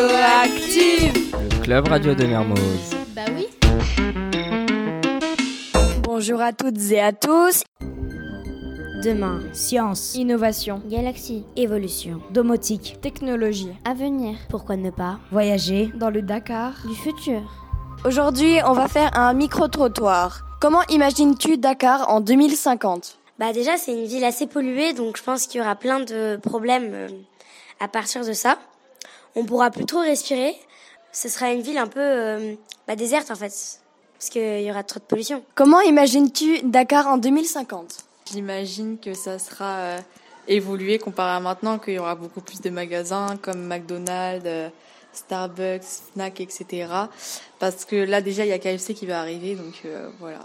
Radioactive Le club radio de Mermoz. Bah oui. Bonjour à toutes et à tous. Demain, science, Innovation, galaxie, évolution, domotique, technologie, avenir. Pourquoi ne pas voyager dans le Dakar. Du futur. Aujourd'hui, on va faire un micro-trottoir. Comment imagines-tu Dakar en 2050 Bah déjà, c'est une ville assez polluée, donc je pense qu'il y aura plein de problèmes euh, à partir de ça. On pourra plus trop respirer. Ce sera une ville un peu euh, bah, déserte en fait, parce qu'il y aura trop de pollution. Comment imagines-tu Dakar en 2050 J'imagine que ça sera euh, évolué comparé à maintenant, qu'il y aura beaucoup plus de magasins comme McDonald's, euh, Starbucks, Fnac, etc. Parce que là déjà il y a KFC qui va arriver, donc euh, voilà.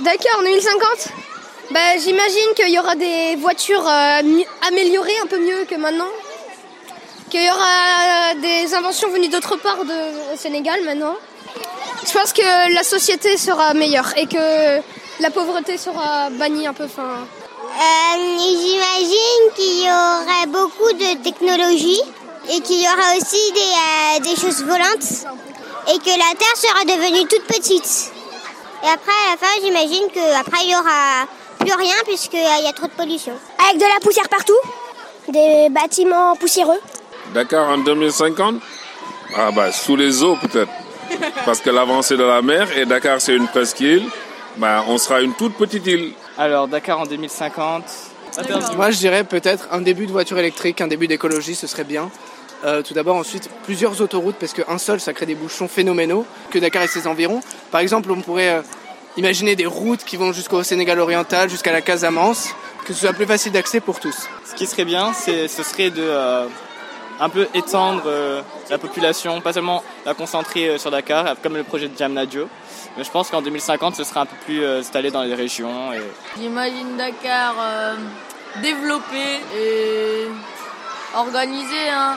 D'accord, en 2050 bah, J'imagine qu'il y aura des voitures euh, mieux- améliorées un peu mieux que maintenant. Qu'il y aura euh, des inventions venues d'autre part de, au Sénégal maintenant. Je pense que la société sera meilleure et que la pauvreté sera bannie un peu. Enfin, Euh, J'imagine qu'il y aura beaucoup de technologies et qu'il y aura aussi des, euh, des choses volantes et que la Terre sera devenue toute petite. Et après, à la fin, j'imagine qu'après, il y aura plus rien puisqu'il y a trop de pollution. Avec de la poussière partout Des bâtiments poussiéreux Dakar en 2050 Ah bah sous les eaux peut-être. Parce que l'avancée de la mer et Dakar c'est une presqu'île, bah on sera une toute petite île. Alors, Dakar en 2050. Moi, je dirais peut-être un début de voiture électrique, un début d'écologie, ce serait bien. Euh, tout d'abord, ensuite, plusieurs autoroutes, parce qu'un seul, ça crée des bouchons phénoménaux, que Dakar et ses environs. Par exemple, on pourrait euh, imaginer des routes qui vont jusqu'au Sénégal oriental, jusqu'à la Casamance, que ce soit plus facile d'accès pour tous. Ce qui serait bien, c'est, ce serait de euh, un peu étendre euh, la population, pas seulement la concentrer euh, sur Dakar, comme le projet de Jamnadio. Mais je pense qu'en 2050, ce sera un peu plus euh, installé dans les régions. Et... J'imagine Dakar euh, développé et organisé. hein.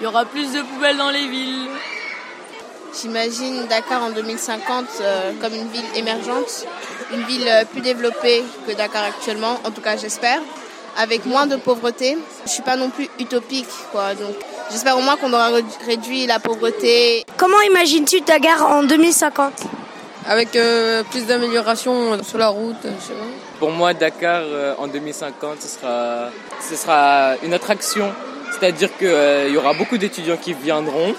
Il y aura plus de poubelles dans les villes. J'imagine Dakar en 2050 euh, comme une ville émergente, une ville euh, plus développée que Dakar actuellement, en tout cas j'espère, avec moins de pauvreté. Je suis pas non plus utopique, quoi. Donc j'espère au moins qu'on aura re- réduit la pauvreté. Comment imagines-tu Dakar en 2050 Avec euh, plus d'améliorations sur la route, je sais pas. Pour moi, Dakar euh, en 2050, ce sera, ce sera une attraction. C'est-à-dire qu'il y aura beaucoup d'étudiants qui viendront,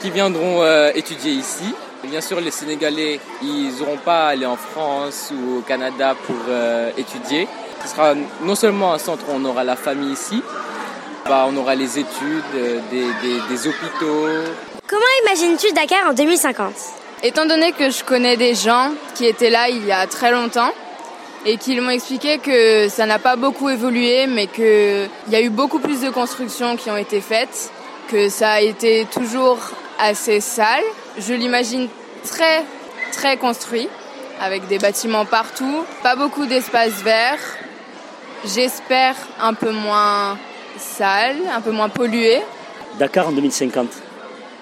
qui viendront euh, étudier ici. Bien sûr, les Sénégalais, ils n'auront pas à aller en France ou au Canada pour euh, étudier. Ce sera non seulement un centre où on aura la famille ici, bah, on aura les études, euh, des- des- des hôpitaux, Comment imagines-tu Dakar en 2050 Étant donné que je connais des gens qui étaient là il y a très longtemps et qui m'ont expliqué que ça n'a pas beaucoup évolué, mais qu'il y a eu beaucoup plus de constructions qui ont été faites, que ça a été toujours assez sale, je l'imagine très, très construit, avec des bâtiments partout, pas beaucoup d'espace vert, j'espère un peu moins sale, un peu moins pollué. Dakar en 2050.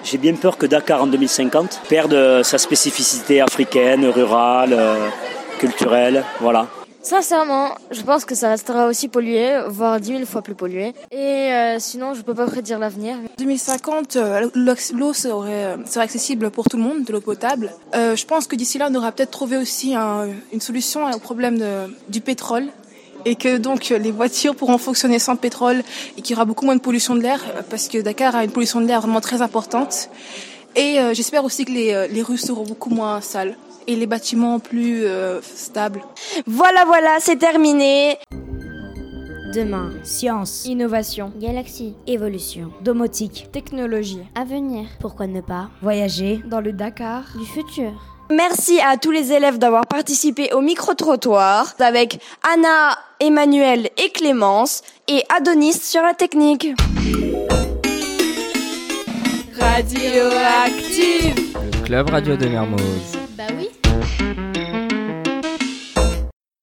J'ai bien peur que Dakar en 2050 perde euh, sa spécificité africaine, rurale, euh, culturelle, voilà. Sincèrement, je pense que ça restera aussi pollué, voire 10 000 fois plus pollué. Et euh, sinon, je peux pas prédire l'avenir. 2050, euh, l'ox- l'eau serait, euh, serait accessible pour tout le monde, de l'eau potable. Euh, je pense que d'ici là, on aura peut-être trouvé aussi un- une solution au problème de- du pétrole et que donc euh, les voitures pourront fonctionner sans pétrole et qu'il y aura beaucoup moins de pollution de l'air euh, parce que Dakar a une pollution de l'air vraiment très importante. Et euh, j'espère aussi que les, euh, les rues seront beaucoup moins sales et les bâtiments plus euh, stables. Voilà, voilà, c'est terminé. Demain, science, innovation, galaxie, évolution, domotique, technologie, avenir. Pourquoi ne pas voyager dans le Dakar. Du futur. Merci à tous les élèves d'avoir participé au micro-trottoir avec Anna, Emmanuel et Clémence et Adonis sur la technique. Le club radio de Mermoz.